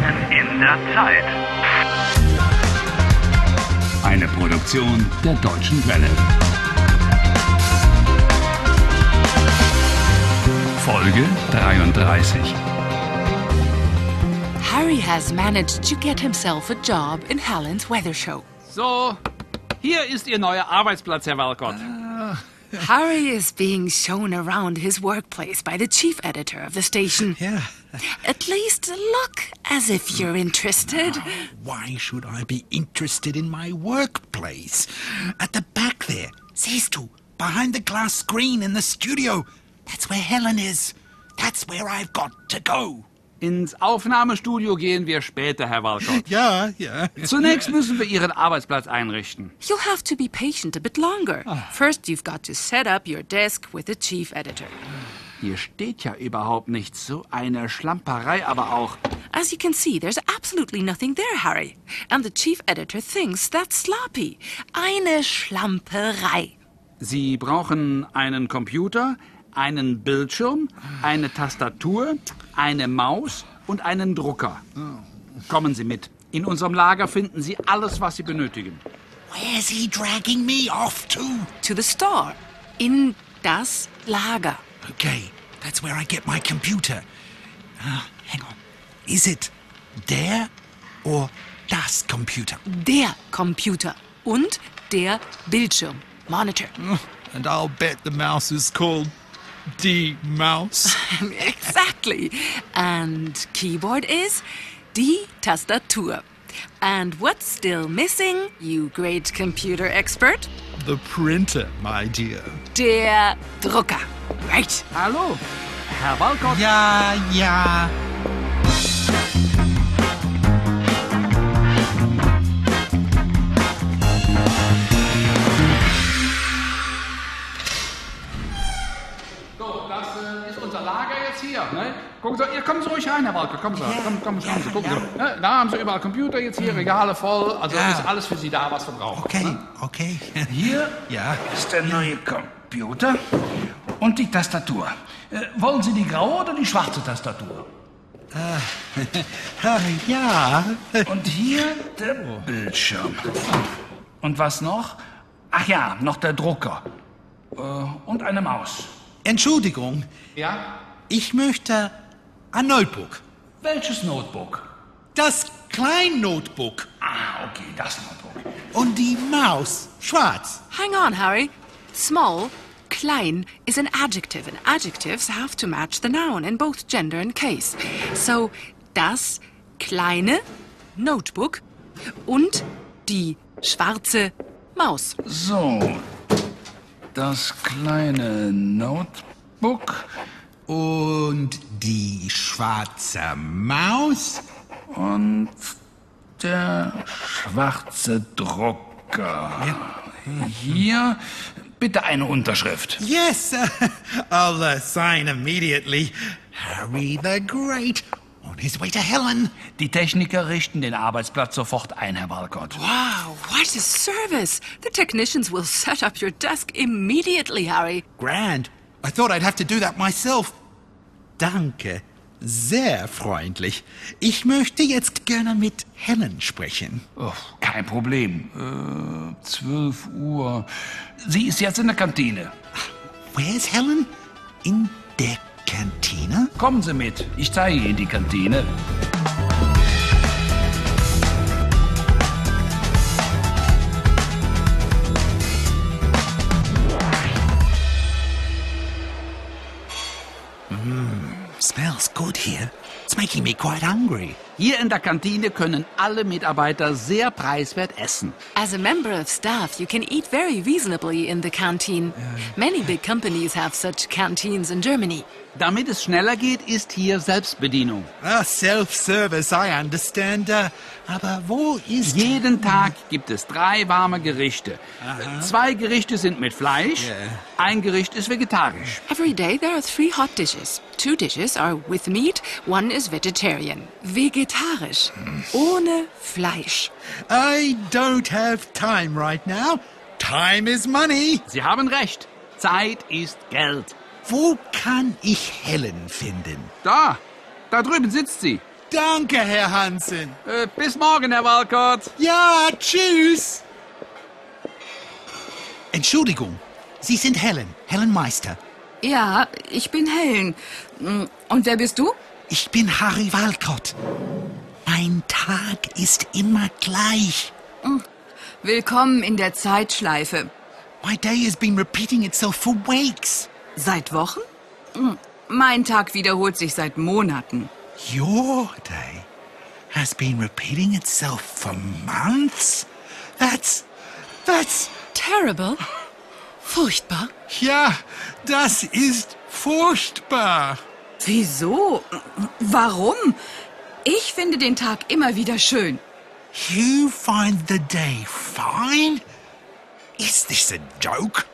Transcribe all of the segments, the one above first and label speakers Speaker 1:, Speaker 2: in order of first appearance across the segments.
Speaker 1: der Zeit.
Speaker 2: Eine Produktion der Deutschen Welle. Folge 33.
Speaker 3: Harry has managed to get himself a job in Helen's weather show.
Speaker 4: So, hier ist Ihr neuer Arbeitsplatz, Herr Walcott.
Speaker 3: Harry is being shown around his workplace by the chief editor of the station.
Speaker 5: Yeah.
Speaker 3: At least look as if you're interested.
Speaker 5: Why should I be interested in my workplace? At the back there, says to, behind the glass screen in the studio. That's where Helen is. That's where I've got to go.
Speaker 4: Ins Aufnahmestudio gehen wir später, Herr Walcott.
Speaker 5: Yeah, yeah.
Speaker 4: Zunächst müssen wir Ihren Arbeitsplatz einrichten.
Speaker 3: You'll have to be patient a bit longer. First, you've got to set up your desk with the chief editor.
Speaker 4: Hier steht ja überhaupt nichts. So eine Schlamperei aber auch.
Speaker 3: As you can see, there's absolutely nothing there, Harry. And the chief editor thinks that's sloppy. Eine Schlamperei.
Speaker 4: Sie brauchen einen Computer, einen Bildschirm, eine Tastatur, eine Maus und einen Drucker. Kommen Sie mit. In unserem Lager finden Sie alles, was Sie benötigen.
Speaker 5: Where's he dragging me off to?
Speaker 3: To the store. In das Lager.
Speaker 5: Okay, that's where I get my computer. Ah, hang on. Is it there or das computer?
Speaker 3: Der Computer. Und der Bildschirm. Monitor.
Speaker 5: And I'll bet the mouse is called D Mouse.
Speaker 3: Exactly. And keyboard is die Tastatur. And what's still missing, you great computer expert?
Speaker 5: the printer, my dear.
Speaker 3: Der Drucker. Right.
Speaker 4: Hallo, Herr Walcott.
Speaker 5: Yeah, yeah.
Speaker 4: So, das äh, ist unser Lager jetzt hier. Ne? Gucken Sie, ihr kommt so ruhig rein, Herr Walke. Kommen Sie, komm, komm, schauen Sie, gucken Sie. Ne? Da haben Sie überall Computer jetzt hier, Regale voll. Also
Speaker 5: Mhm. Ja.
Speaker 4: ist alles für Sie da, was wir brauchen. ne?
Speaker 5: Okay, okay.
Speaker 4: Hier
Speaker 5: yeah.
Speaker 1: Ist der neue Computer und die Tastatur. Äh, wollen Sie die graue oder die schwarze Tastatur?
Speaker 5: Uh, yeah.
Speaker 1: Und hier der Bildschirm. Und was noch? Ach ja, noch der Drucker. Äh, und eine Maus.
Speaker 5: Entschuldigung,
Speaker 4: ja?
Speaker 5: ich möchte ein Notebook.
Speaker 1: Welches Notebook?
Speaker 5: Das Klein-Notebook.
Speaker 1: Ah, okay, das Notebook.
Speaker 5: Und die Maus schwarz.
Speaker 3: Hang on, Harry. Small, klein is an adjective, and adjectives have to match the noun in both gender and case. So, das kleine Notebook und die schwarze Maus.
Speaker 1: So, das kleine Notebook
Speaker 5: Und die schwarze Maus.
Speaker 1: und der schwarze Drucker. Hier bitte eine Unterschrift.
Speaker 5: Yes, I'll uh, sign immediately. Harry the Great on his way to Helen.
Speaker 1: Die Techniker richten den Arbeitsplatz sofort ein, Herr Walcott.
Speaker 3: Wow, what a service! The technicians will set up your desk immediately, Harry.
Speaker 5: Grand. I thought I'd have to do that myself. Danke. Sehr freundlich. Ich möchte jetzt gerne mit Helen sprechen.
Speaker 1: Oh, kein Problem. Äh, 12 Uhr. Sie ist jetzt in der Kantine.
Speaker 5: Where's Helen? In der Kantine?
Speaker 1: Kommen Sie mit. Ich zeige Ihnen die Kantine.
Speaker 5: Smells good here. It's making me quite hungry.
Speaker 4: Hier in der Kantine können alle Mitarbeiter sehr preiswert essen.
Speaker 3: As a member of staff, you can eat very reasonably in the canteen. Many big companies have such canteens in Germany.
Speaker 4: Damit es schneller geht, ist hier Selbstbedienung.
Speaker 5: Ah, self-service, I understand. Uh, aber wo ist...
Speaker 4: Jeden Tag gibt es drei warme Gerichte. Zwei Gerichte sind mit Fleisch, ein Gericht ist vegetarisch.
Speaker 3: Every day there are three hot dishes. Two dishes are with meat, one is vegetarian. Vegetarisch. Ohne Fleisch.
Speaker 5: I don't have time right now. Time is money.
Speaker 4: Sie haben recht. Zeit ist Geld.
Speaker 5: Wo kann ich Helen finden?
Speaker 4: Da, da drüben sitzt sie.
Speaker 5: Danke, Herr Hansen.
Speaker 4: Äh, bis morgen, Herr Walcott.
Speaker 5: Ja, tschüss. Entschuldigung, Sie sind Helen, Helen Meister.
Speaker 6: Ja, ich bin Helen. Hm, Und wer bist du?
Speaker 5: Ich bin Harry Walcott. Mein Tag ist immer gleich.
Speaker 6: Willkommen in der Zeitschleife.
Speaker 5: My day has been repeating itself for weeks.
Speaker 6: Seit Wochen? Hm, Mein Tag wiederholt sich seit Monaten.
Speaker 5: Your day has been repeating itself for months? That's. That's.
Speaker 3: Terrible? Furchtbar?
Speaker 5: Ja, das ist furchtbar.
Speaker 6: Wieso? Warum? Ich finde den Tag immer wieder schön.
Speaker 5: You find the day fine? Is this a joke?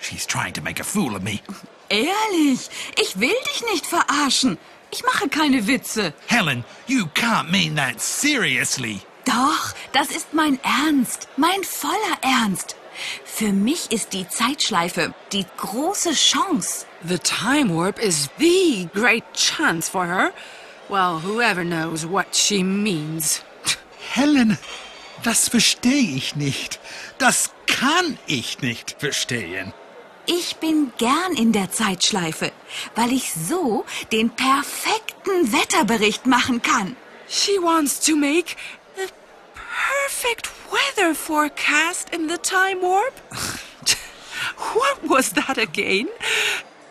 Speaker 5: She's trying to make a fool of me.
Speaker 6: Ehrlich, ich will dich nicht verarschen. Ich mache keine Witze.
Speaker 5: Helen, you can't mean that seriously.
Speaker 6: Doch, das ist mein Ernst, mein voller Ernst. Für mich ist die Zeitschleife die große Chance.
Speaker 3: The time warp is the great chance for her. Well, whoever knows what she means.
Speaker 5: Helen, das verstehe ich nicht. Das kann ich nicht verstehen.
Speaker 6: Ich bin gern in der Zeitschleife, weil ich so den perfekten Wetterbericht machen kann.
Speaker 3: She wants to make the perfect weather forecast in the time warp. what was that again?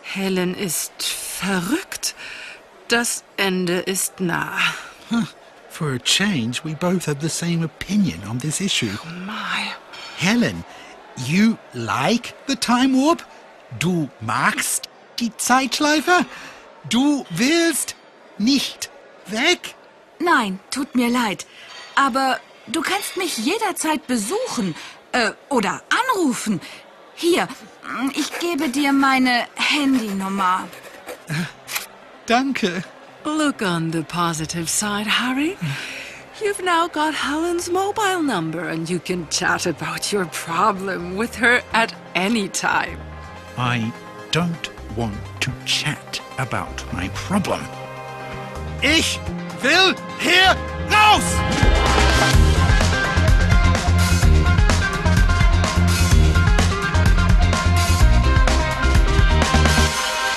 Speaker 3: Helen ist verrückt. Das Ende ist nah.
Speaker 5: For a change, we both have the same opinion on this issue.
Speaker 3: My.
Speaker 5: Helen, you like the time warp? Du magst die Zeitschleife? Du willst nicht weg?
Speaker 6: Nein, tut mir leid, aber du kannst mich jederzeit besuchen äh, oder anrufen. Hier, ich gebe dir meine Handynummer.
Speaker 5: Danke.
Speaker 3: Look on the positive side, Harry. You've now got Helen's mobile number and you can chat about your problem with her at any time.
Speaker 5: I don't want to chat about my problem. Ich will hier raus!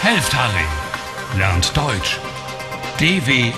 Speaker 2: Helft Harry. Lernt Deutsch. dw.com/harry.